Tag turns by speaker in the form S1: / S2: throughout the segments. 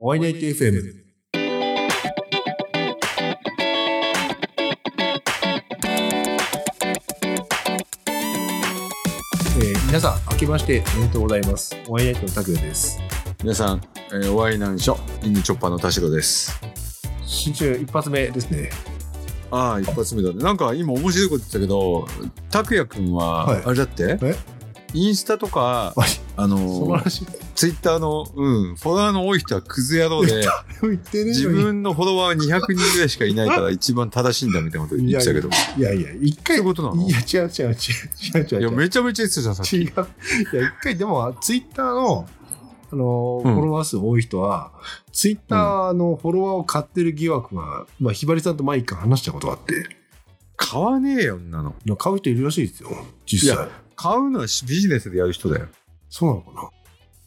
S1: ワイナイト FM。えー、皆さん、明けましておめでとうございます。ワイナイトの拓也です。
S2: 皆さん、えー、お会いなんでしょインディチョッパーの田代です。
S1: 新春一発目ですね。
S2: ああ、一発目だね。なんか今面白いこと言ってたけど、拓也くん
S1: はい
S2: は、あれだって、
S1: え
S2: インスタとか
S1: マ、そ
S2: あ
S1: の
S2: の、
S1: 話、
S2: ツイッターの、うん、フォロワーの多い人はクズ野郎で、
S1: 言ってねえ
S2: 自
S1: のに
S2: 分のフォロワー200人ぐらいしかいない から一番正しいんだみたいなこと言ってたけど。
S1: いやいや、一
S2: そう
S1: 回、
S2: い
S1: いう
S2: ことなのい
S1: や、違う違う違う違う違う違う。
S2: や、めちゃめちゃ言ってたじゃん、さっき。
S1: 違う。いや、一回、でも、ツイッターの、あの、
S2: うん
S1: フォロワー数多い人は、ツイッターのフォロワーを買ってる疑惑は、まあ、ひばりさんと前一回話したことがあって、
S2: 買わねえよ、んなの。
S1: 買う人いるらしいですよ、実
S2: い
S1: 際。
S2: 買うのはビジネスでやる人だよ。
S1: そうなのかな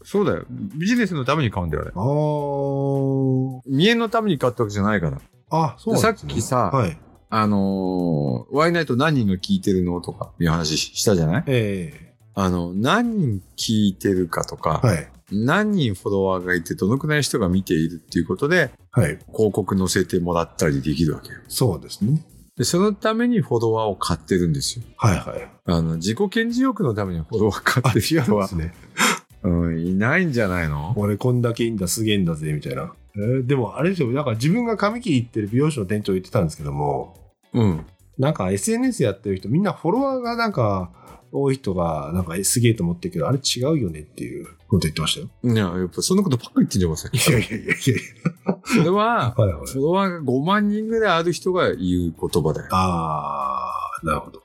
S2: そうだよ。ビジネスのために買うんだよ、あれ。
S1: あー。
S2: 見栄のために買ったわけじゃないから。
S1: あ、そうなん
S2: さ
S1: で
S2: っ
S1: すね
S2: きさ、
S1: はい。
S2: あのーワイナイト何人が聞いてるのとかいう話したじゃない
S1: え
S2: あの、何人聞いてるかとか、
S1: えはい。
S2: 何人フォロワーがいてどのくらいの人が見ているっていうことで、
S1: はい。
S2: 広告載せてもらったりできるわけよ。
S1: そうですね。
S2: で、そのためにフォロワーを買ってるんですよ。
S1: はいはい。
S2: あの、自己顕示欲のためにフォロワー買ってる
S1: 違う
S2: 人
S1: んで
S2: は
S1: す、ね。
S2: うん、いないんじゃないの
S1: 俺こんだけいいんだ、すげえんだぜ、みたいな。えーでもあれですよ、なんか自分が髪切ってる美容師の店長言ってたんですけども、
S2: うん。
S1: なんか SNS やってる人、みんなフォロワーがなんか多い人が、なんかえすげえと思ってるけど、あれ違うよねっていうこと言ってましたよ。
S2: いや、やっぱそんなことばっかり言ってんじゃん、さっき
S1: いやいやいやい
S2: それは、
S1: や。はいはい。
S2: フォロワーが5万人ぐらいある人が言う言葉だよ。
S1: あー、なるほど。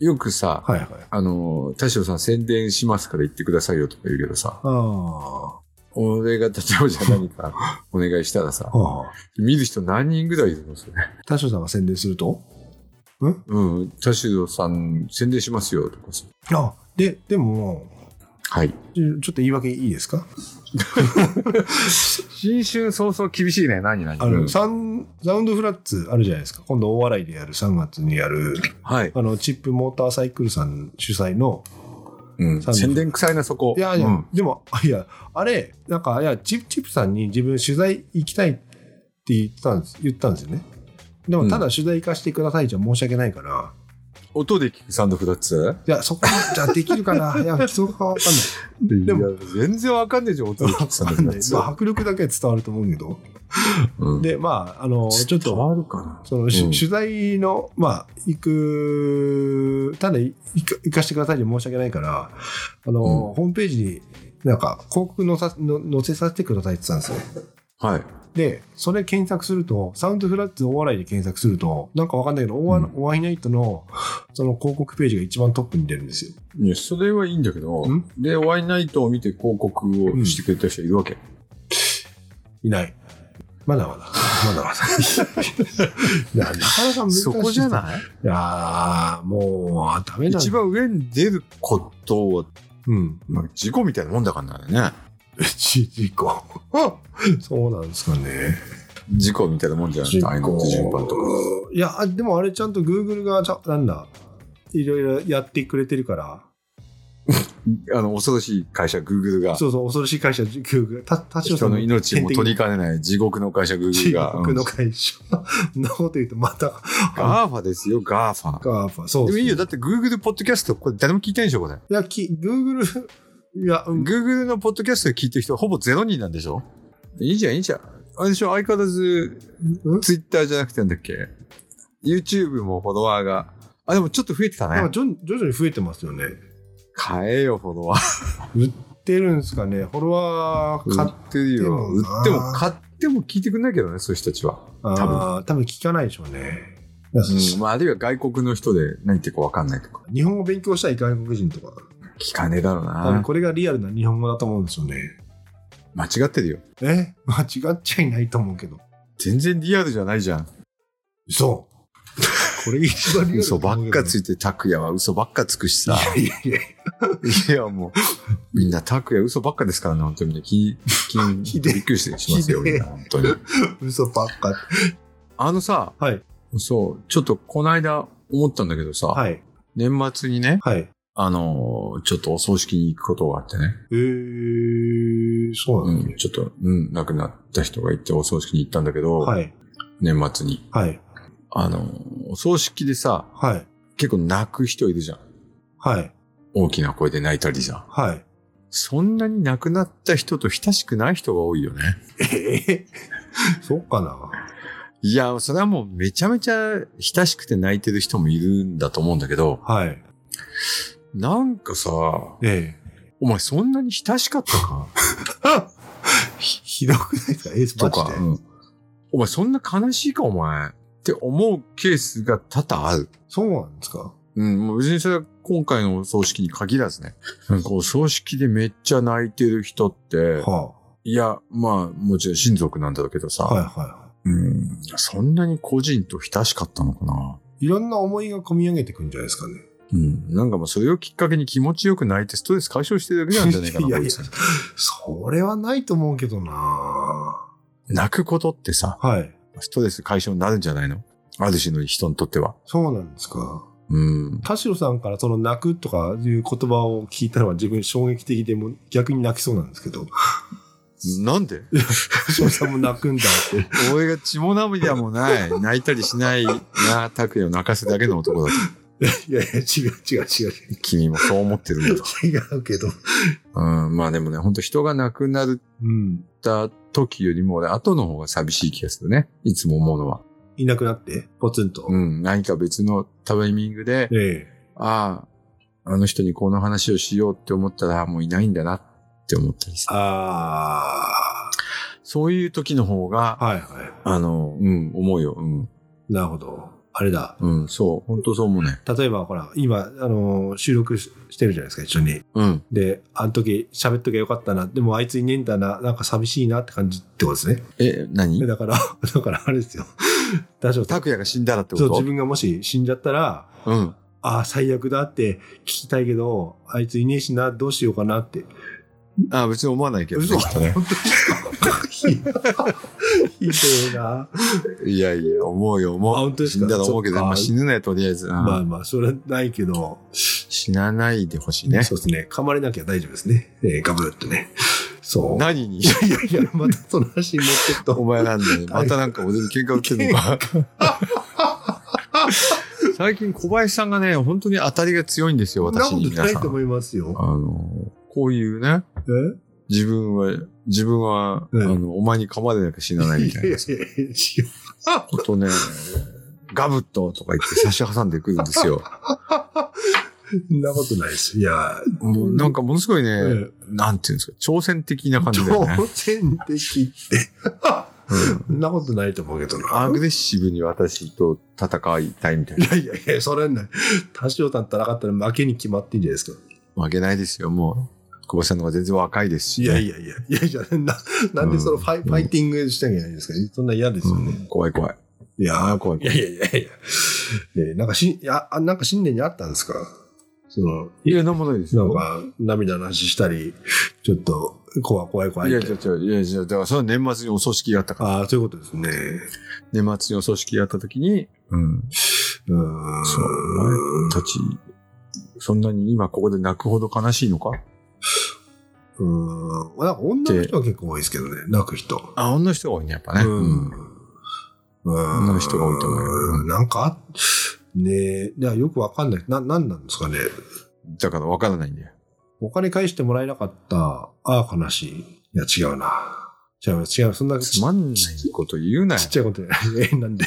S2: よくさ、
S1: はいはい。
S2: あの、大将さん宣伝しますから言ってくださいよとか言うけどさ、
S1: あー。は
S2: 俺が例えばじゃあ何 かお願いしたらさ
S1: あ、はあ。
S2: 見る人何人ぐらいいるのそれ。
S1: 田代さんが宣伝すると
S2: うん、大将さん宣伝しますよとかさ。
S1: あ、で、でも、
S2: はい。
S1: ちょちょっと言い訳いいですか
S2: 新春早々厳しいね、何何
S1: あの、サン、サウンドフラッツあるじゃないですか。今度大笑いでやる3月にやる、
S2: はい。
S1: あの、チップモーターサイクルさん主催の、
S2: うん、
S1: さん
S2: 宣伝臭いな、そこ。
S1: いやいや、
S2: うん
S1: でも、あいや、あれ、なんか、いや、チップチップさんに自分取材行きたいって言ったんです、言ったんですよね。で
S2: う
S1: も、
S2: ん
S1: ただ取材行かせてくださいじゃ申し訳ないから、
S2: 音で聞くサンドフラッツ
S1: いや、そこ、じゃあできるかな、い や、そうかわかんない。
S2: で
S1: も
S2: も、全然わかんねえじゃん、音で聞くサン
S1: わ
S2: ド
S1: か
S2: フ
S1: ん
S2: ラ
S1: な
S2: ッ
S1: い。
S2: ツ。
S1: まあ、迫力だけは伝わると思うけど。
S2: うん、
S1: で、まあ、あの、ちょっと、
S2: 変わるかな。
S1: その、し
S2: うん
S1: 取材の、まあ、行く、ただい行か行かしてくださいに申し訳ないから、あの、
S2: う
S1: ホームページに、なんか、広告のさの載せさせてくださいって言ってたんですね。
S2: はい。
S1: で、それ検索すると、サウンドフラッツ大笑いで検索すると、なんかわかんないけど、おわ
S2: うん
S1: お笑いナイトの、その広告ページが一番トップに出るんですよ。
S2: いや、それはいいんだけど
S1: ん、
S2: で、ワイナイトを見て広告をしてくれた人いるわけ。
S1: いない。まだまだ。まだまだ。いや、なかなか難しい。
S2: そこじゃ
S1: い
S2: ない
S1: いやーもう、ダメだ。
S2: 一。番上に出ることは、
S1: うん。
S2: まあ、事故みたいなもんだからね。
S1: 事故。そうなんですかね。
S2: 事故みたいなもんじゃない
S1: 事
S2: ああいうのって順番とか。
S1: 故いや、でもあれちゃんと Google がちゃ、なんだ、いろいろやってくれてるから、
S2: あの、恐ろしい会社、グーグルが、
S1: そうそう、恐ろしい会社、Google、た、たち
S2: 人の命も取り
S1: 替
S2: かねない地獄の会社、グーグ
S1: 中
S2: ルが。
S1: 国の会社。そんなこと言うと、また、
S2: ガーファですよ、ガーファ。
S1: ガーファ、そうです
S2: でも
S1: ね
S2: いいよ、だって Google ポッドキャスト、これ誰も聞いてないでしょ、これ。
S1: いや、き、Google、いや、うん
S2: Google のポッドキャストで聞いてる人、ほぼゼロ人なんでしょいいじゃん、いいじゃん。あれでしょ、相変わらず、
S1: うん
S2: ツイッターじゃなくてなんだっけ ?YouTube もフォロワーが。あ、でもちょっと増えてた
S1: なんか
S2: ね。
S1: 徐々徐々に増えてますよね。
S2: 買えよ、フォロワー。
S1: 出るんですかね、フォロワー買
S2: 買
S1: っ
S2: ってるよ。
S1: でも
S2: 売
S1: な
S2: っても、買っても聞いてくんないけどね、そういう人たちは。
S1: あ
S2: 多
S1: ー多分聞かないでしょうね。
S2: うん。まあ、あるいは外国の人で何言ってるかわかんないとか。
S1: 日本語勉強したい外国人とか、
S2: 聞かねえだろう
S1: 多分
S2: な。
S1: これがリアルな日本語だと思うんですよね。
S2: 間違ってるよ。
S1: え間違っちゃいないと思うけど。
S2: 全然リアルじゃないじゃん。
S1: 嘘これ一番リアルだと思うけど
S2: 嘘ばっかついて、拓也は嘘ばっかつくしさ。
S1: いやいやいや、
S2: いや、もう、みんな、拓也嘘ばっかですからね、本当にね。き、き、
S1: ひでえ
S2: びっくりしてしますよ、
S1: ひでえ
S2: みんな、本当に。
S1: 嘘ばっか。
S2: あのさ、
S1: はい。
S2: そう、ちょっとこの間思ったんだけどさ、
S1: はい。
S2: 年末にね、
S1: はい。
S2: あのー、ちょっとお葬式に行くことがあってね。
S1: えー。え、そうな
S2: う
S1: んです
S2: ん、
S1: ね。
S2: ちょっと、うん、亡くなった人がいて、お葬式に行ったんだけど、
S1: はい。
S2: 年末に。
S1: はい。
S2: あの、お葬式でさ、
S1: はい。
S2: 結構泣く人いるじゃん。
S1: はい。
S2: 大きな声で泣いたりさ。
S1: はい。
S2: そんなに亡くなった人と親しくない人が多いよね。
S1: ええ そうかない
S2: や、それはもうめちゃめちゃ親しくて泣いてる人もいるんだと思うんだけど、
S1: はい。
S2: なんかさ、
S1: ええ。
S2: お前そんなに親しかったか
S1: ひ ひどくないですかエース
S2: と
S1: マ
S2: か、
S1: ジで。
S2: うんお前そんな悲しいかお前って思うケースが多々ある。
S1: そうなんですか
S2: うん、もう別にそれは今回のお葬式に限らずね。なんかお葬式でめっちゃ泣いてる人って、
S1: はい
S2: や、まあもちろん親族なんだけどさ、
S1: あ。はいは
S2: うん、そんなに個人と親しかったのかな。
S1: い。いろんな思いが込み上げてくるんじゃないですかね。
S2: うん、なんかまあそれをきっかけに気持ちよく泣いてストレス解消してるだけなんじゃないか
S1: い
S2: な、
S1: やい
S2: こ
S1: や
S2: いつ。
S1: それはないと思うけどな
S2: 泣くことってさ、
S1: はい。
S2: ストレス解消になるんじゃないのある種の人にとっては。
S1: そうなんですか。
S2: うん。
S1: 田代さんからその泣くとかいう言葉を聞いたのは自分衝撃的でもう逆に泣きそうなんですけど、
S2: な んで
S1: 田代さんも泣くんだって。
S2: 俺が血も涙もない、泣いたりしないな、拓也を泣かすだけの男だと。
S1: いやいや、違う違う違う
S2: 君もそう思ってるんだと。
S1: 違うけど。
S2: うん、まあでもね、本当人が亡くなっ
S1: うん。
S2: た時よりも、俺、後の方が寂しい気がするね。いつも思うのは。
S1: いなくなって、ポツンと。
S2: うん、何か別のタイミングで、
S1: ええ。
S2: ああ、あの人にこの話をしようって思ったら、もういないんだなって思ったりさ。
S1: あ
S2: そういう時の方
S1: あ。
S2: が、
S1: はいは
S2: あの、うん、思うよ。うん、
S1: い。なるほど。あれだ。
S2: うん、そう。本当そう思うね。
S1: 例えばほら、今、あの収録ししてるじゃないですか、一緒に。
S2: うん。
S1: で、あの時喋っときゃよかったな。でもあいついねえんだな。なんか寂しいなって感じってことですね。
S2: え、
S1: で
S2: 何
S1: だから、 だからあれですよ。大丈夫
S2: 拓也が死んだらってこ
S1: そう
S2: と
S1: 自分がもし死んじゃったら、
S2: うん。
S1: ああ、最悪だって聞きたいけど、あいついねえしな、どうしようかなって。
S2: あ別に思わないけどね、
S1: 嘘
S2: きっ とね。
S1: 本当ですかひどいな。
S2: いやいや、思うよ、思う。
S1: あ本当ですか
S2: 死んだら思うけ
S1: そ
S2: ど、
S1: っか
S2: まあ、死ぬなよ、とりあえず。うん
S1: まあまあ、それはないけど、
S2: 死なないでほしいね。
S1: そうですね。噛まれなきゃ大丈夫ですね。えー、ガブッとね。そう。
S2: 何に
S1: いやいや、またその話に持ってく
S2: お
S1: と。
S2: 前なんだよ。 またなんか俺に喧嘩売ってるの か。最近小林さんがね、本当に当たりが強いんですよ、
S1: そんな
S2: 私
S1: こと
S2: に皆
S1: ない
S2: さ
S1: と
S2: ん。
S1: 思いますよ。
S2: あの、こういうね、
S1: え
S2: 自分は、自分は、
S1: うん
S2: あの、お前に噛まれなきゃ死なない
S1: い
S2: みた
S1: や
S2: い
S1: いやい
S2: な
S1: や、違う。
S2: ことね、ガブッととか言って差し挟んでくるんですよ。
S1: そんなことないです。いや、
S2: もうなんかものすごいね、
S1: ええ
S2: なんていうんですか、挑戦的な感じだよね
S1: 挑。戦的って。
S2: うん
S1: そんなことないと思うけどな。
S2: アグレッシブに私と戦いたいみたい
S1: い
S2: な。
S1: やいやいや、それはない。田代さん戦ったら負けに決まってんじゃないですか。
S2: 負けないですよ、もう。久保さんの方が全然若いですし、
S1: い
S2: ね。
S1: やいやいや、いやいや、ななんでそのファイ,、
S2: うん
S1: ファイティングしたんじゃないですか。そんな嫌ですよ
S2: う
S1: ね。
S2: ん怖い怖い。
S1: いや
S2: ああ、怖い
S1: いやいやいやいや。えなんかしいや、あなんか新年にあったんですかその、
S2: いや、なんもないです
S1: なん
S2: よ。
S1: か涙の話したり、ちょっと怖い怖い怖
S2: い
S1: い
S2: や、
S1: っ
S2: 違
S1: て。
S2: う違う。いや、違う。だから、それは年末にお葬式があったから。
S1: ああ、そういうことですね。
S2: 年末にお葬式があった時に、うん。
S1: うーん。
S2: そう。お前たち、そんなに今ここで泣くほど悲しいのか
S1: うーん。なんか女の人は結構多いですけどね、泣く人。
S2: あ、女の人が多いね、やっぱね。
S1: うん。女
S2: の人が多いと思うようん
S1: なんかあ、ねえ、いやよくわかんない。な、なんなんですかね。
S2: だから分からないんだよ。
S1: お金返してもらえなかった、ああ、悲しい。いや、違うな。違う、違う、そんな
S2: つ
S1: ち
S2: まんないこと言うなよ
S1: ちっ。ちゃいことじゃない。え、なんで。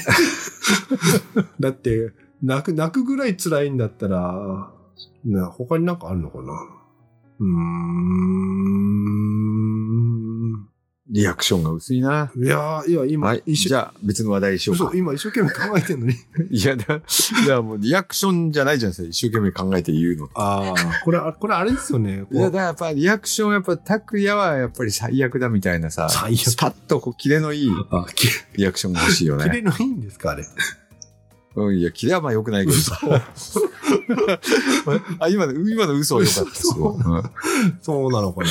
S1: だって、泣く、泣くぐらい辛いんだったら、な他になんかあるのかな。うーん。
S2: リアクションが薄いな。
S1: いやー、いや、今、
S2: はい。
S1: 一
S2: じ
S1: 緒、
S2: ゃあ、別の話題しよう
S1: 嘘
S2: か。
S1: 今一生懸命考えてんの に。
S2: いや、だ、いや、もうリアクションじゃないじゃん、それ一生懸命考えて言うの。
S1: ああ、これ、あこれあれですよね。こう
S2: いや、だからやっぱリアクション、やっぱ、拓也はやっぱり最悪だみたいなさ、
S1: 最悪
S2: スパッとこう、キレのいい
S1: あ、き
S2: リアクションが欲しいよ
S1: 切れ
S2: ね。
S1: のいいんですか、あれ。
S2: うん、いや、キレはまあ良くないけどさ。 あ、今の、今の嘘は良かったですよ。
S1: そうなのかな。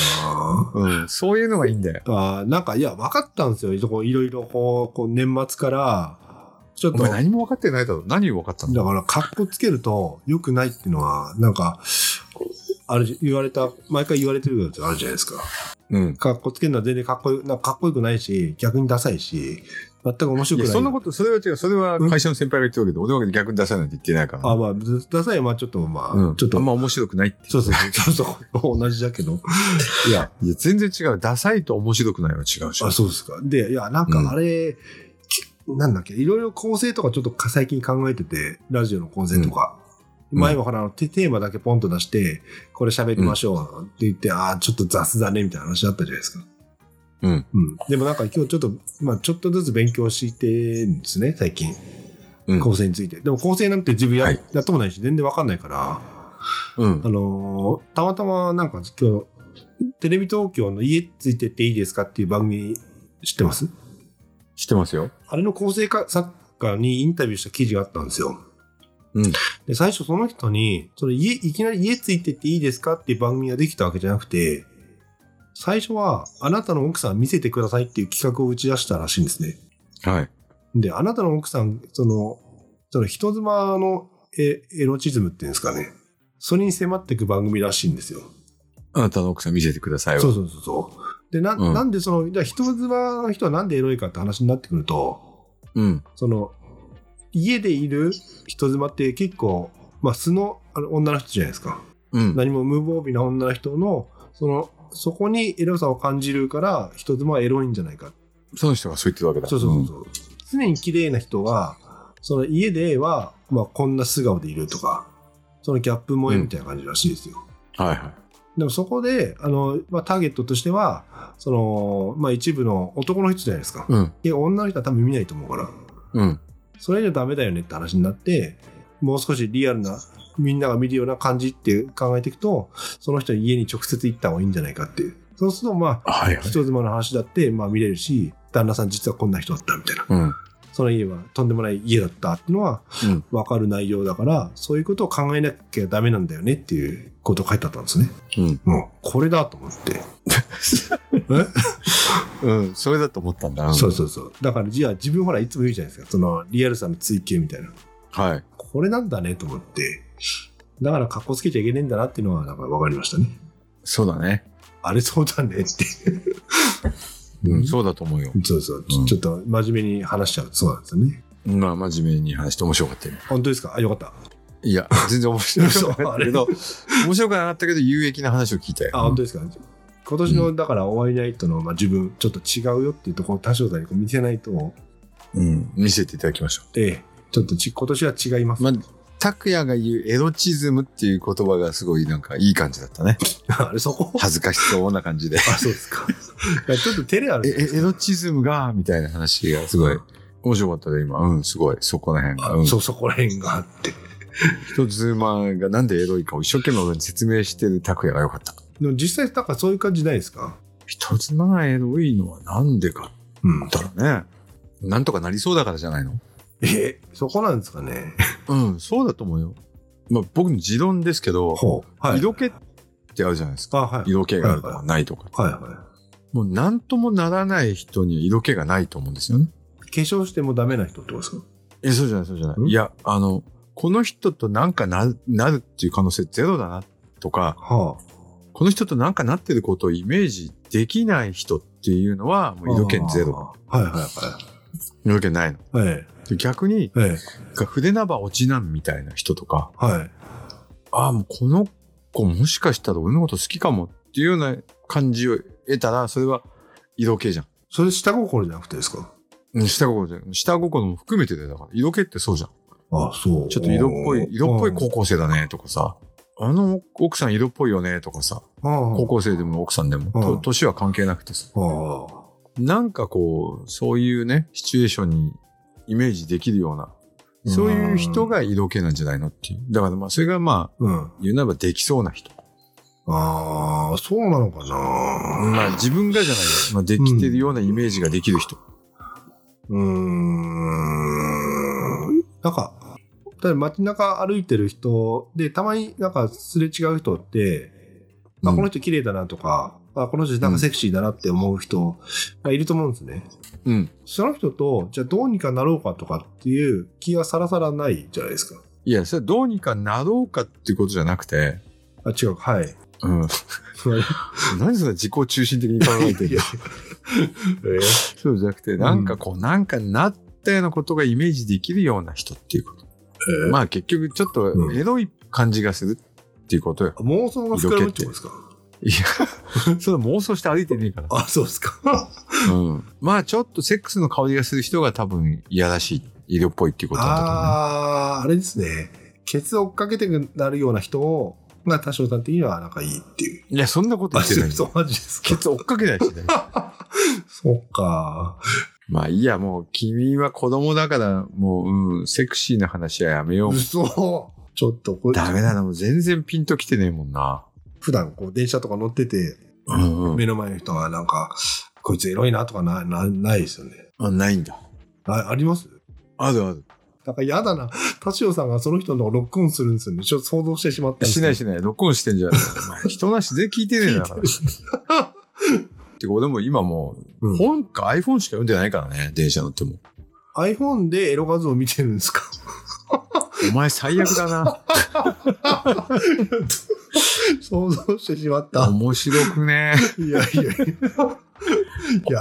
S2: うん、うんそういうのがいいんだよ。
S1: あーなんか、いや、分かったんですよ。いろいろいろ、こう、こう年末から、ちょっ
S2: お
S1: と、
S2: 前
S1: だ
S2: 何も分かってないだろ。何を分かったんだ
S1: から、格好つけると良くないっていうのは、なんか、あるじ言われた、毎回言われてるやつあるじゃないですか。
S2: うん。
S1: かっこつけるのは全然かっこよなんかかっこよくないし、逆にダサいし、全く面白
S2: い
S1: くな
S2: や、
S1: い。
S2: そんなこと、それは違う。それは
S1: うん
S2: 会社の先輩が言ってるけど、俺は逆に出さないって言ってないから。
S1: あ、まあ、ダサいはまあちょっと、まあ、
S2: うん。
S1: ちょっと、
S2: あんま面白くないって。
S1: そうそうそうそう、同じだけど。いや、
S2: いや、全然違う。ダサいと面白くないは違うし。
S1: あ、そうですか。で、いや、なん
S2: うん
S1: かあれ、きなんだっけ、いろいろ構成とかちょっとか最近考えてて、ラジオの構成とか。
S2: うん
S1: 前もからあのテテーマだけポンと出して、これ喋りましょうって言って、ああ、ちょっと雑だねみたいな話だったじゃないですか。
S2: うん。
S1: うん。でもなんか今日ちょっと、まあちょっとずつ勉強してるんですね、最近。
S2: うん
S1: 構成について。でも構成なんて自分や,、
S2: はい
S1: やったことないし、全然わかんないから、
S2: うん
S1: あ。のーたまたまなんか今日、テレビ東京の家ついてっていいですかっていう番組知ってます
S2: 知ってますよ。
S1: あれの構成家作家にインタビューした記事があったんですよ。
S2: うん
S1: で、最初その人に、それ家、いきなり家ついてっていいですかっていう番組ができたわけじゃなくて、最初は、あなたの奥さん見せてくださいっていう企画を打ち出したらしいんですね。
S2: はい。
S1: で、あなたの奥さん、その、その人妻のエエロチズムっていうんですかね。それに迫っていく番組らしいんですよ。
S2: あなたの奥さん見せてくださいわ。
S1: そうそうそうそう。で、な,、、
S2: うんん
S1: なんでその、じゃあ人妻の人はなんでエロいかって話になってくると、
S2: うん。
S1: その、家でいる人妻って結構、まあ、素のあの女の人じゃないですか。
S2: うん。
S1: 何も無防備な女の人の、その、そこにエロさを感じるから、人妻はエロいんじゃないか
S2: その人がそう言ってるわけだ。
S1: そうそうそうそう、常に綺麗な人はその家では、まあ、こんな素顔でいるとかそのギャップ萌えみたいな感じらしいですよ、
S2: うんはいは
S1: でもそこであの、まあ、ターゲットとしてはその、まあ、一部の男の人じゃないですか、
S2: い。うん。
S1: で女の人は多分見ないと思うから
S2: うん。
S1: それじゃダメだよねって話になってもう少しリアルなみんなが見るような感じって考えていくとその人の家に直接行った方がいいんじゃないかっていうそうするとま
S2: はい
S1: あ
S2: はい。
S1: 人妻の話だってまあ見れるし旦那さん実はこんな人だったみたいな
S2: うん。
S1: その家はとんでもない家だったっていうのは
S2: うん
S1: 分かる内容だから、そういうことを考えなきゃダメなんだよねっていうことが書いてあったんですね。
S2: うん。
S1: もうこれだと思って。
S2: うん。それだと思ったんだ。
S1: そうそうそう。だからじゃあ自分ほらいつも言うじゃないですか。そのリアルさの追求みたいな。
S2: はい。
S1: これなんだねと思って。だから格好つけちゃいけねえんだなっていうのはなんか分かりましたね。
S2: そうだね。
S1: あれそうだねって。
S2: うん。そうだと思うよ。
S1: そうそう、ちょ
S2: うん
S1: ちょっと真面目に話しちゃう。そうなんですよね。
S2: まあ、真面目に話して面白かったよ。
S1: 本当ですかあ、よかった。
S2: いや、全然面白くなかったけど、面白くなかったけど、有益な話を聞いたよ。
S1: あ、本当ですか。今年の、だから、お会いナイトの、まあ、自分、ちょっと違うよっていうところを多少さんにこう見せないと、
S2: うん。見せていただきましょ
S1: ええ、ちょっとち、今年は違います。
S2: う。まあ、拓也が言うエロチズムっていう言葉がすごいなんかいい感じだった ね。
S1: あれ、そこ
S2: 恥ずかしそうな感じで。
S1: あ、そうですか。 いやちょっと照れあ
S2: え、
S1: る。
S2: えエロチズムが、みたいな話がすごい面白かったで、今。うん、すごい。そこら辺が。
S1: あ
S2: うん。
S1: そう、そこら辺があって。
S2: 人妻がなんでエロいかを一生懸命俺に説明してる拓也が良かった。
S1: でも実際、だからそういう感じないですか
S2: 人妻がエロいのはなんでか
S1: うん。
S2: だろうね。なんとかなりそうだからじゃないの
S1: え、そこなんですかね。
S2: うん、そうだと思うよ。まあ僕の持論ですけど、
S1: ほう。はい。
S2: 色気ってあるじゃないですか。
S1: あ、はい。
S2: 色気があるとかないとか。
S1: はいは
S2: もうなんともならない人に色気がないと思うんですよね。
S1: い。化粧してもダメな人ってことですか
S2: え、そうじゃない、そうじゃない。
S1: ん
S2: いや、あの、この人となんかななるっていう可能性ゼロだなとか、
S1: は
S2: この人となんかなってることをイメージできない人っていうのは、も
S1: あ。
S2: う色気ゼロ。
S1: あー。はいは
S2: 色気ないの。
S1: いはい。え
S2: で逆に、
S1: え、ええ、
S2: 筆幅落ちなんみたいな人とか、
S1: はい。
S2: ああ、もうこの子もしかしたら俺のこと好きかもっていうような感じを得たら、それは色気じゃん。
S1: それ下心じゃなくてですか
S2: うん下心じゃん。下心も含めてだよ。だから色気ってそうじゃん。
S1: あ、そう。
S2: ちょっと色っぽい、色っぽい
S1: こ
S2: 高校生だねとかさ、あの奥さん色っぽいよねとかさ、高校生でも奥さんでも、と
S1: うん
S2: 年は関係なくてさ、
S1: ああ。
S2: なんかこう、そういうね、シチュエーションにイメージできるような、そういう人が色気なんじゃないのっていう。だからまあ、それがまあ、
S1: うん。
S2: 言うならばできそうな人。
S1: ああ、そうなのかな。
S2: まあ、自分がじゃないよ。まあ、できてるようなイメージができる人。
S1: うーん。なんか、例えば街中歩いてる人で、たまになんかすれ違う人って、あ、
S2: うん
S1: この人綺麗だなとか、あ、この人なんかセクシーだなって思う人がいると思うんですね。
S2: うん。
S1: その人と、じゃあどうにかなろうかとかっていう気はさらさらないじゃないですか。
S2: いや、それどうにかなろうかっていうことじゃなくて、
S1: あ、違う、 はい。
S2: うん。何それ自己中心的に考えてるのそうじゃなくて、なんかこう、なんかなったようなことがイメージできるような人っていうこと。
S1: ま
S2: まあ結局ちょっと
S1: うん
S2: エロい感じがするっていうことよ。
S1: あ妄想が膨らむってことですか
S2: いや、 それ妄想して歩いてねえから。
S1: あ、そうですか。
S2: うん。まあちょっとセックスの香りがする人が多分いやらしい、色っぽいっていうことなんだと思うね。
S1: ああ、あれですね。ケツを追っかけてくなるような人を、まあ、多少さん的には仲いいっていう。
S2: いや、そんなこと
S1: あ、
S2: 言って
S1: そ
S2: な
S1: う
S2: い。
S1: そう、マジです
S2: ケ
S1: か。
S2: ツ追っかけないしね。
S1: そうか。
S2: まあいいや、もう君は子供だから、もう、うん、セクシーな話はやめよう。
S1: 嘘。ちょっとこれ、
S2: ダメだな、もう全然ピンときてねえもんな。
S1: 普段こう電車とか乗ってて、
S2: うんうん
S1: 目の前の人がなんか、こいつエロいなとかな、な、ないですよね。
S2: あ。ないんだ。
S1: あ、あります
S2: あるある。
S1: なんか嫌だな。田代さんがその人のロックオンするんですよね。ちょっと想像してしまったんです
S2: し
S1: けど
S2: ないしない。録音してんじゃない。お前人なしで聞いてねえん だから。てか、俺も今も
S1: う
S2: う、
S1: ん
S2: 本か iPhone しか読んでないからね、電車乗っても。
S1: iPhone でエロ画像を見てるんですか
S2: お前最悪だな。
S1: 想像してしまった。
S2: 面白くね
S1: いやいやいや。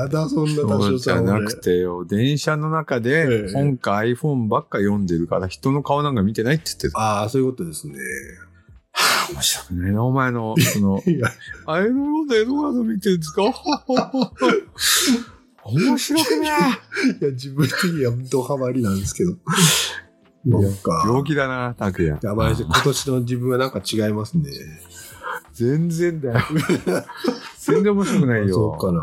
S1: やだ、 そんな田
S2: そう
S1: 代
S2: じ
S1: さ
S2: ゃ
S1: ん
S2: な
S1: 俺
S2: くてよ、電車の中
S1: え
S2: で
S1: え
S2: 本か iPhone ばっか読んでるから人の顔なんか見てないって言ってた。
S1: ああ、そういうことですね。
S2: 面白くねえな、お前の、その、
S1: いや、
S2: あれのようなエロ画像見てるんですか 面白くね
S1: いや自分的にはドハマりなんですけど。なん
S2: え病
S1: か、
S2: 気だな、拓也。
S1: やばいです。今年の自分はなんか違いますね。
S2: 全然 だよ。全然面白くないよ。
S1: そうかな。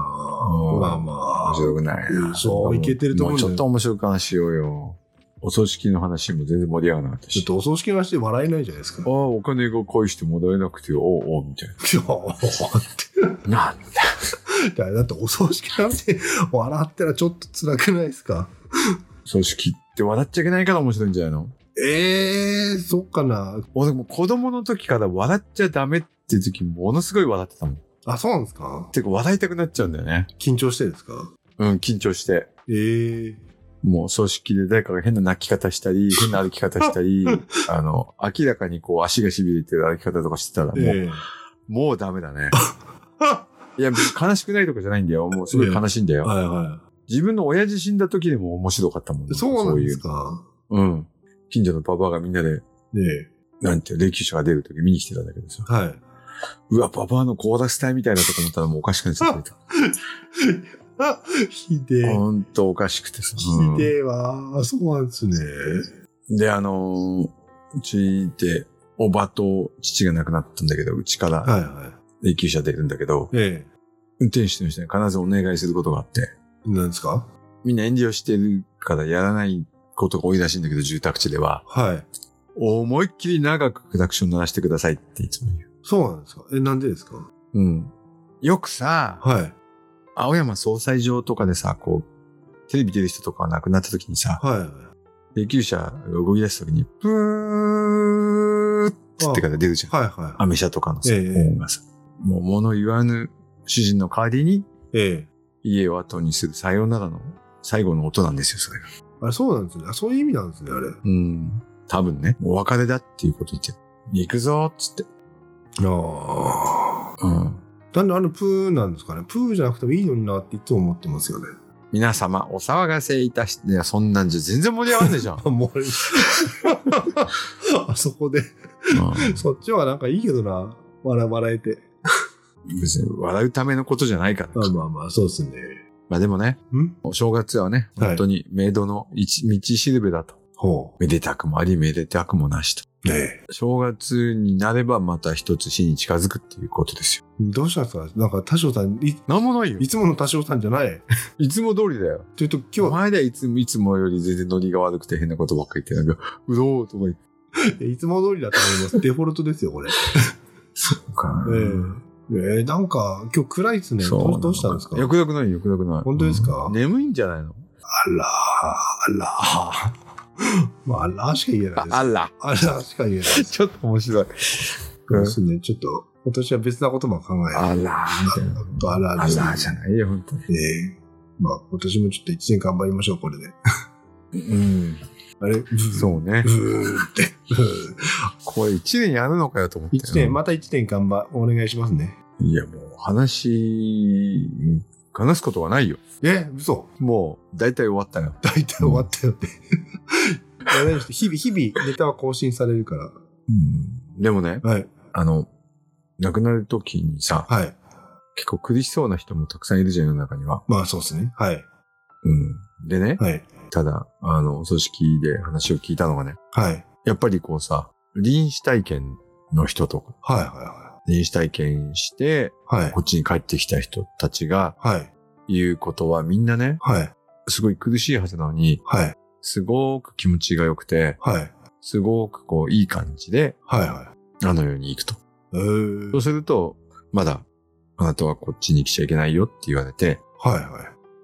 S2: うん
S1: まあま
S2: 面白くない
S1: うんそういけてると思うんだ
S2: も
S1: よ
S2: うちょっと面白く話しようよ。お葬式の話も全然盛り上がらなかった
S1: あ。ちょっ
S2: し。
S1: とお葬式の話で笑えないじゃないですか
S2: あ。あ、お金が恋してもらえなくてよ、おうおう、みた い
S1: いやって
S2: な。なんだ。
S1: いやだってお葬式なんて笑ったらちょっと辛くないですか
S2: 葬式って笑っちゃいけないから面白いんじゃないの
S1: ええー、そっかな。
S2: 俺もう子供の時から笑っちゃダメって時ものすごい笑ってたもん。
S1: あ、そうなんですか
S2: てか笑いたくなっちゃうんだよね。
S1: 緊張してるんですか
S2: うん、緊張して。
S1: ええー。
S2: もう葬式で誰かが変な泣き方し たり、変な歩き方したり、あの、明らかにこう足が痺れてる歩き方とかしてたらもう、
S1: え
S2: もうダメだね。
S1: えはい
S2: や、別に悲しくないとかじゃないんだよ。もうすごい悲しいんだよ。
S1: い は
S2: 自分の親父死んだ時でも面白かったもん、
S1: い。そうなんです
S2: そ
S1: か
S2: ういう。うん。近所のパパがみんなで、
S1: ねえ。
S2: なんて、霊柩車が出る時見に来てたんだけどさ。
S1: はい。
S2: うわ、パパのコーラス隊みたいなとこ思ったらもうおかしくなっちゃってた。
S1: あ、 ひでえ。
S2: ほんとおかしくてさ。
S1: ひでえわ。あそうなんですね。
S2: うんで、あのーうちで、おばと父が亡くなったんだけど、うちから
S1: はいは
S2: 霊柩車出るんだけど、
S1: い。え
S2: 運転手の人に必ずお願いすることがあって、
S1: え。なんですか
S2: みんな遠慮してるからやらないことが多いらしいんだけど、住宅地では。
S1: はい。
S2: 思いっきり長くクラクション鳴らしてくださいっていつも言う。
S1: そうなんですかえ、なんでですか
S2: うん。よくさ、
S1: はい。
S2: 青山総裁場とかでさ、こう、テレビ出る人とかが亡くなった時にさ、
S1: はい。
S2: 霊柩車が動き出す時に、プーってってから出るじゃん。
S1: はいは
S2: アメ車とかのさ、
S1: ええ
S2: 音がさ、もう物言わぬ主人の代わりに、
S1: い。ええ。
S2: 家を後にするさよならの最後の音なんですよ、それが。
S1: あれ、そうなんですね。あそういう意味なんですね、あれ。
S2: うん。多分ね、お別れだっていうこと言ってる。行くぞーっつって。
S1: ああ。
S2: うん。
S1: なんであのプーなんですかね。プーじゃなくてもいいのになっていつも思ってますよね。
S2: 皆様、お騒がせいたして、いや、そんなんじゃ全然盛り上がんねえじゃ ん。
S1: もう、あそこで、そっちはなんかいいけどな。笑笑えて。
S2: うん別に笑うためのことじゃないから。
S1: まあまあまあ、そうですね。
S2: まあでもね、
S1: ん
S2: お正月はね、
S1: はい
S2: 本当にメイドの一道しるべだと。
S1: ほ
S2: めでたくもあり、めでたくもなしと。
S1: う。ねえ。
S2: 正月になればまた一つ死に近づくっていうことですよ。
S1: どうしたんですかなんか田代さん、い
S2: なんもないよ
S1: い。つもの田代さんじゃない。
S2: いつも通りだよ。
S1: というと、
S2: お
S1: 今
S2: 前ではいつも、いつもより全然ノリが悪くて変なことばっかり言って、なんか、うどうとか言って。
S1: 日、いつも通りだと思い ます。デフォルトですよ、これ。
S2: そうか
S1: えええなんか、今日暗いですね。
S2: そうな
S1: ど
S2: の
S1: うどうしたんですか
S2: よくなくないよくなくない。
S1: 本当ですか
S2: うん眠いんじゃないの
S1: あらあら まあ、あらしか言えないです。
S2: あら。
S1: あらしか言えないです。
S2: ちょっと面白い。
S1: そうですね。ちょっと、今年は別なことも考えない。
S2: あらみたいな。
S1: とあらあらですね
S2: じゃないよ、本当に。
S1: ええまあ、今年もちょっと一年頑張りましょう、これで。
S2: うん。
S1: あれ
S2: そうね
S1: う。ーんって。うーん
S2: これ1年やるのかよと思って。
S1: 一年、また一年頑張、お願いしますね。
S2: いや、もう話、話すことはないよ。
S1: え、嘘。
S2: もう、大体終わったよ。
S1: 大体終わったよって。 いや大丈夫です日々、日々、ネタは更新されるから。
S2: うん。でもね、
S1: はい。
S2: あの、亡くなる時にさ、
S1: はい。
S2: 結構苦しそうな人もたくさんいるじゃん、世の中には。
S1: まあ、そうですね。はい。
S2: うん。でね、
S1: はい。
S2: ただ、あの、お葬式で話を聞いたのがね、
S1: はい。
S2: やっぱりこうさ、臨死体験の人とか、
S1: はい。は
S2: 臨死体験して、
S1: い。はい。
S2: こっちに帰ってきた人たちが
S1: はい。
S2: 言うことはみんなね、
S1: はい。
S2: すごい苦しいはずなのに、
S1: はい。
S2: すごく気持ちが良くて、
S1: はい。
S2: すごくこういい感じで、
S1: はい。は
S2: あの世に行くと。
S1: い。えー
S2: そうすると、まだ、あなたはこっちに来ちゃいけないよって言われて、
S1: はい。はい。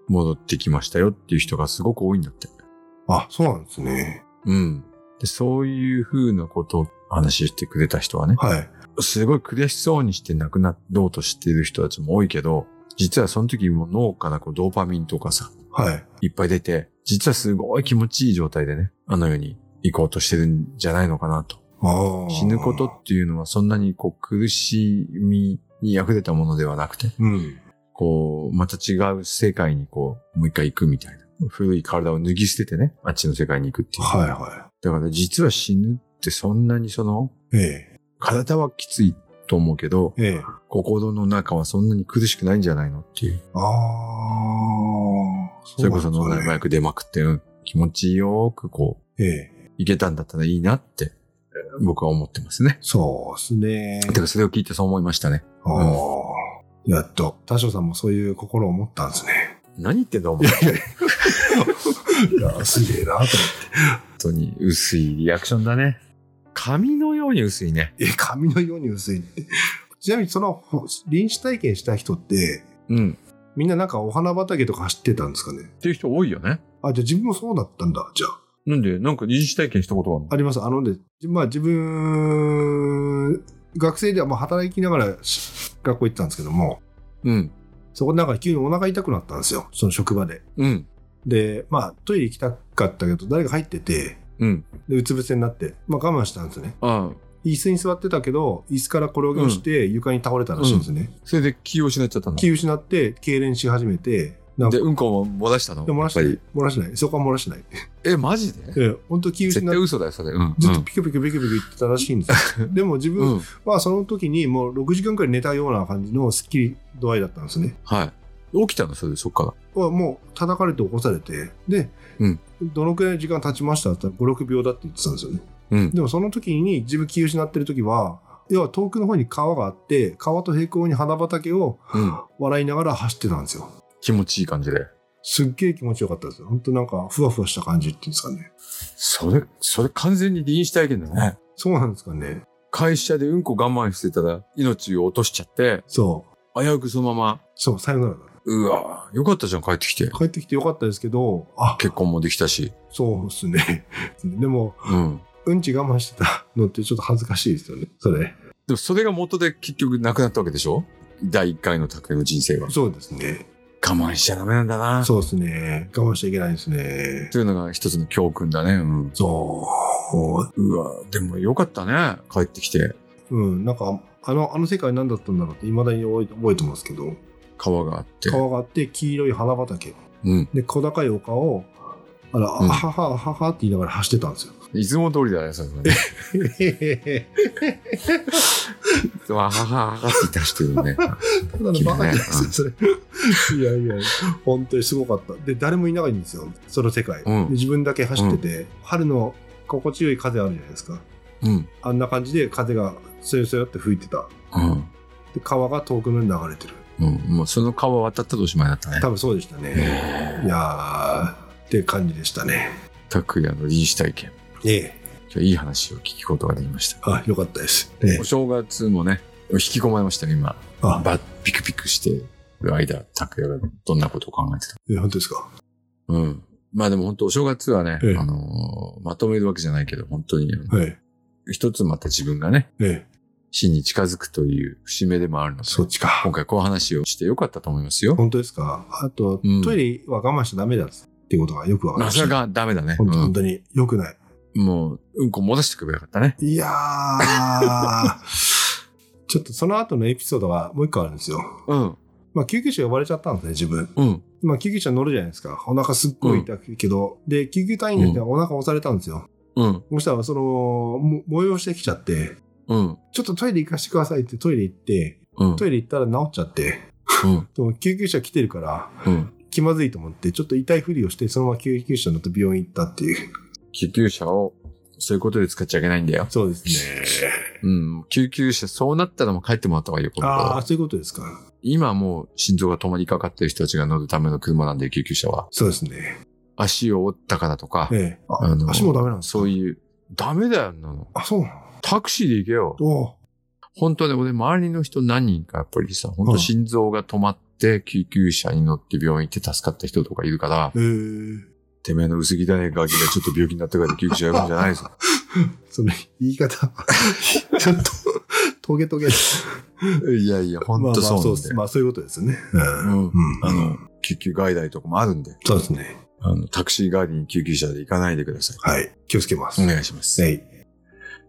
S2: 戻ってきましたよっていう人がすごく多いんだって。
S1: あ、そうなんですね。
S2: うん。でそういう風なことを話してくれた人はね、
S1: はい。
S2: すごい悔しそうにして亡くなろうとしている人たちも多いけど、実はその時も脳からこうドーパミンとかさ、
S1: はい。
S2: いっぱい出て、実はすごい気持ちいい状態でね、あの世に行こうとしてるんじゃないのかなと。
S1: ああ。
S2: 死ぬことっていうのはそんなにこう苦しみに溢れたものではなくて、
S1: うん。
S2: こう、また違う世界にこう、もう一回行くみたいな。古い体を脱ぎ捨ててね、あっちの世界に行くっていう。
S1: はい。は
S2: だから実は死ぬってそんなにその、
S1: い。え
S2: 体はきついと思うけど、
S1: え。ええ。
S2: 心の中はそんなに苦しくないんじゃないのっていう。
S1: ああ。
S2: それこそ脳
S1: なん
S2: 内
S1: です
S2: 麻
S1: ね
S2: 薬出まくって、うん、気持ちよくこう、
S1: ええ。
S2: いけたんだったらいいなって、えー僕は思ってますね。
S1: そうですね。
S2: てかそれを聞いてそう思いましたね。
S1: ああ。やっと、田少さんもそういう心を持ったんですね。
S2: 何言ってんだお 前。本
S1: いや、すげえなと思って。
S2: 当に薄いリアクションだね。紙のように薄いね。
S1: え、紙のように薄いって。ちなみにその、ほ臨死体験した人って、
S2: うん。
S1: みんななんかお花畑とか走ってたんですかね。
S2: っていう人多いよね。
S1: あ、じゃあ自分もそうだったんだ、じゃあ。
S2: なんで、なんか臨死体験したことがあ
S1: あります。あのね、まあ自分、学生ではまあ働きながらし学校行ってたんですけども、
S2: るのうん。
S1: そこでなんか急にお腹痛くなったんですよ、その職場で。
S2: うん。
S1: で、まあトイレ行きたかったけど、誰か入ってて、
S2: うん。
S1: でうつ伏せになって、まあ我慢したんですね。
S2: ああ。
S1: 椅子に座ってたけど、椅子から転げ落ちて床に倒れたらしいんですね。
S2: それで気を失っちゃったんだ
S1: 気を失って、痙攣し始めて、なんか
S2: で、うんこも漏らしたの
S1: で漏らしな
S2: やっ
S1: い。漏らしない。そこは漏らしない。
S2: ぱりえ、マジで
S1: ええ本当気を失
S2: 絶
S1: っ
S2: 対
S1: て、
S2: 嘘だよ、それ。うん。
S1: ずっとピクピクピクピク言ってたらしいんですよ。でも自
S2: う
S1: 分
S2: ん。うん。
S1: はその時にもう6時間くらい寝たような感じのスッキリ度合いだったんですね。
S2: はい。起きたの、それで、そっから。
S1: はもう叩かれて起こされて、で、
S2: うん
S1: どのくらいの時間経ちましたって言ったら5、6秒だって言ってたんですよね。
S2: うん。
S1: でもその時に自分気を失ってる時は、要は遠くの方に川があって、川と平行に花畑を
S2: うん。
S1: 笑いながら走ってたんですよ。
S2: 気持ちいい感じで。
S1: すっげえ気持ちよかったですよ。本当なんかふわふわした感じっていうんですかね。
S2: それ、それ完全に臨死体験だね。
S1: そうなんですかね。
S2: 会社でうんこ我慢してたら命を落としちゃって、
S1: そう。
S2: 危うくそのまま、
S1: そう、さよならだ。
S2: うわよかったじゃん、帰ってきて。
S1: 帰ってきてよかったですけど、あ、
S2: 結婚もできたし。
S1: そうですね。 でも、
S2: うん。
S1: うんち我慢してたのってちょっと恥ずかしいですよね。それ。
S2: でもそれが元で結局なくなったわけでしょ第1回の竹の人生は。
S1: そうですね。
S2: 我慢しちゃダメなんだな。
S1: そうですね。我慢しちゃいけないですね。
S2: というのが一つの教訓だね。うん。
S1: そう
S2: わでもよかったね。帰ってきて。
S1: う。うん、なんか、あの、あの世界何だったんだろうって未だに覚え覚えてますけど、
S2: 川があって。
S1: 川があって黄色い花畑。
S2: うん。
S1: で、小高い丘を、あら、
S2: うん
S1: あはは、あははって言いながら走ってたん ですよ。
S2: いつも通りだね、それはね。 わははははって言って走ってるね。
S1: ただのバカじゃないですか、それ。 いやいや、本当にすごかった。で、誰もいないんですよ、その世界。
S2: うん
S1: で自分だけ走ってて、春の心地よい風あるじゃないですか。
S2: うん。
S1: あんな感じで風がそよそよって吹いてた。
S2: うん。
S1: で、川が遠くの方に流れてる。
S2: うん、もうその川渡ったとおしまいだったね
S1: 多。分そうでしたね。いやー、って感じでしたね。
S2: 拓也の臨死体験。
S1: ええ。
S2: 今日いい話を聞くことができました。
S1: あ、よかったです。ええ
S2: お正月もね、引き込まれましたね、今。
S1: あ、
S2: バッピクピクしてる間、拓也がどんなことを考えてた。
S1: え本当ですか。
S2: うん。まあでも本当お正月はね、
S1: ええ
S2: あのーまとめるわけじゃないけど、本当に、
S1: はい。
S2: 一つまた自分がね、
S1: ええ。
S2: 死に近づくという節目でもあるので、
S1: そっちか。
S2: 今回こう話をしてよかったと思いますよ。
S1: 本当ですか。あと、
S2: うん
S1: トイレは我慢しちゃダメだっていうことがよくわかり
S2: ま
S1: まし
S2: さ
S1: た。
S2: がダメだね。
S1: 本当
S2: うん
S1: 本当に良くない。
S2: もう、うんこ戻しておけばよかったね。
S1: いやー、ちょっとその後のエピソードがもう一個あるんですよ。
S2: うん。
S1: まあ、救急車呼ばれちゃったんですね、自分。
S2: うん。
S1: まあ、救急車乗るじゃないですか。お腹すっごい痛いけど、で、救急隊員の人がお腹押されたんですよ。
S2: うん。
S1: そしたら、その、も催してきちゃって、
S2: うん。
S1: ちょっとトイレ行かせてくださいってトイレ行って、
S2: うん。
S1: トイレ行ったら治っちゃって、
S2: うん。
S1: でも救急車来てるから、
S2: うん。
S1: 気まずいと思って、ちょっと痛いふりをして、そのまま救急車乗って病院行ったっていう。
S2: 救急車を、そういうことで使っちゃいけないんだよ。
S1: そうですね。
S2: うん。救急車、そうなったらもう帰ってもらった方がいいよ、今度
S1: ああ、
S2: は
S1: そういうことですか。
S2: 今もう心臓が止まりかかってる人たちが乗るための車なんだよ、救急車は。
S1: そうですね。
S2: 足を折ったからとか
S1: え、え。あ、
S2: あの
S1: 足もダメなんですか
S2: そういう、ダメだよ、あんなの。
S1: あ、そうなの
S2: タクシーで行けよ。
S1: おう
S2: 本当ね、俺、周りの人何人かやっぱりさ、本当心臓が止まって、救急車に乗って病院行って助かった人とかいるから、
S1: へえ。
S2: てめえの薄汚いガキがちょっと病気になったから救急車やるんじゃないぞ。
S1: その言い方、ちょっと、トゲトゲです。
S2: いやいや、本当そうなんだ
S1: まあ
S2: よ。
S1: まあそういうことですね。
S2: う
S1: うん。
S2: ん
S1: うん。
S2: あの、救急外来とかもあるんで、
S1: そうですね。
S2: あの、タクシー代わりに救急車で行かないでください。
S1: はい。気をつけます。
S2: お
S1: はい。
S2: 願いします。い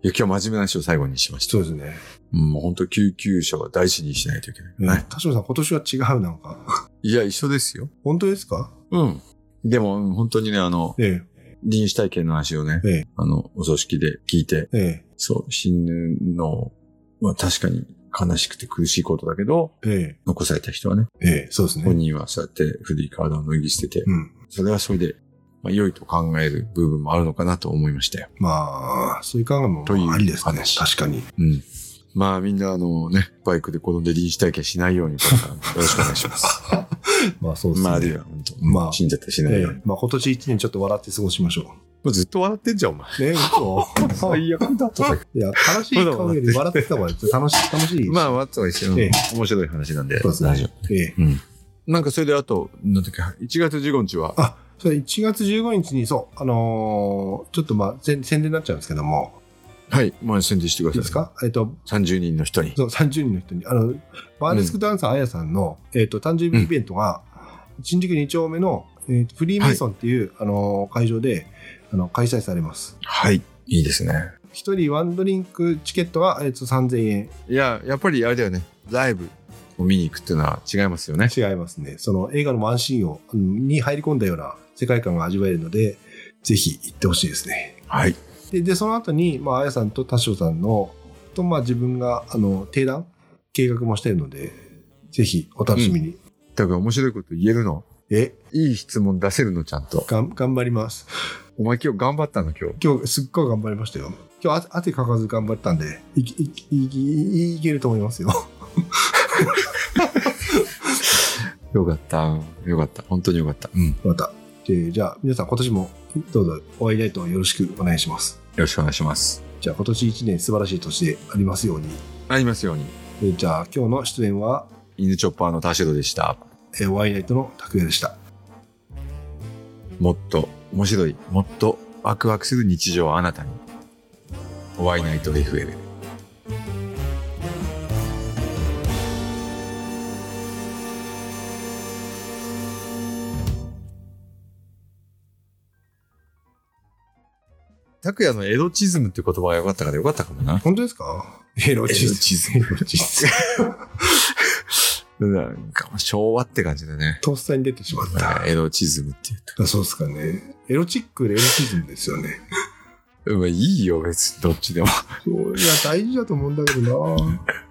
S2: や、今日真面目な話を最後にしました。
S1: そうですね。
S2: うん、もう本当救急車は大事にしないといけない。
S1: 田代さん、今年は違うなんか。
S2: いや、一緒ですよ。
S1: 本当ですか
S2: うん。でも、うん本当にね、あの、
S1: え
S2: 臨死体験の話をね、
S1: え、え
S2: あの、お葬式で聞いて、
S1: え、え
S2: そう、死ぬのは確かに悲しくて苦しいことだけど、
S1: え、え
S2: 残された人はね、
S1: え、ええ、そうです
S2: 本
S1: ね。
S2: 人はそうやって古い体を脱ぎ捨てて、
S1: うん。
S2: それはそれで、まあ、良いと考える部分もあるのかなと思いましたよ。
S1: まあ、そういう考えも
S2: という
S1: ありですね。
S2: 話
S1: 確かに。
S2: うん。まあみんなあのね、バイクで転んで臨死体験しないように、これからもよろしくお願い します。
S1: まあそうですね。
S2: まああるい
S1: え
S2: は本当、
S1: まあ
S2: 死んじゃったりしないように。
S1: え、まあ今年一年ちょっと笑って過ごしましょう。
S2: もうずっと笑ってんじゃん、お前。
S1: ね、 嘘
S2: 最悪だと。
S1: いや、楽しい顔より笑ってた方が楽しい、楽しい。
S2: まあ、
S1: あ、
S2: 笑った方がいいですよ。
S1: ええ
S2: 面白い話なんで。
S1: そうですね
S2: 大丈夫。
S1: ええ。
S2: なんかそれであと、なんだっけ、1月15日は、
S1: あそれ1月15日に、そう、あのーちょっとまあ、宣宣伝になっちゃうんですけども、
S2: はい、まあ宣伝してくだ
S1: い
S2: さ
S1: い
S2: い。
S1: ですかえっと、
S2: 30人の人に。
S1: そう、30人の人に、あの、バーレスクダンサーあやさんの、えっと、誕生日イベントが、新宿2丁目の、えっとフリーメイソンっていう、あのー会場で、あの、開催されます。
S2: はい。いいですね。
S1: 一人ワンドリンクチケットは、えっと、3000円。
S2: いや、やっぱりあれだよね。ライブを見に行くっていうのは違いますよね。
S1: 違いますね。その映画のワンシーンを、うんに入り込んだような世界観が味わえるので、ぜひ行ってほしいですね。
S2: はい。
S1: で、で、その後に、まあ、あやさんと田代さんの、と、まあ、自分が、あの、提談、計画もしてるので、ぜひ、お楽しみに。
S2: だから面白いこと言えるの。
S1: え、
S2: いい質問出せるの、ちゃんと。
S1: がん、頑張ります。
S2: お前今日頑張ったの、今日。
S1: 今日、すっごい頑張りましたよ。今日、あ汗かかず頑張ったんで、いき、いき、いきいけると思いますよ。
S2: よかった。よかった。本当によかった。うん。よ
S1: また。で、じゃあ、皆さん、今年も、どうぞ、お会いライトをよろしくお願いします。
S2: ろしくお願いします。
S1: じゃあ、今年一年素晴らしい年でありますように。
S2: ありますように。
S1: えじゃあ、今日の出演は、
S2: 犬チョッパーの田代でした。
S1: えワイナイトの拓也でした。
S2: もっと面白い、もっとワクワクする日常をあなたに。お会いナイト FL。拓也のエロチズムって言葉が良かったから良かったかもな。
S1: 本当ですか エロチーズ。
S2: エロチ
S1: ズ。
S2: なんか昭和って感じだね。
S1: とっさに出てしまっ
S2: なん
S1: た。
S2: かエロチズムっていうと。
S1: あそうですかね。エロチックでエロチズムですよね。
S2: うんまあいいよ、別にどっちでも。
S1: それが大事だと思うんだけどな。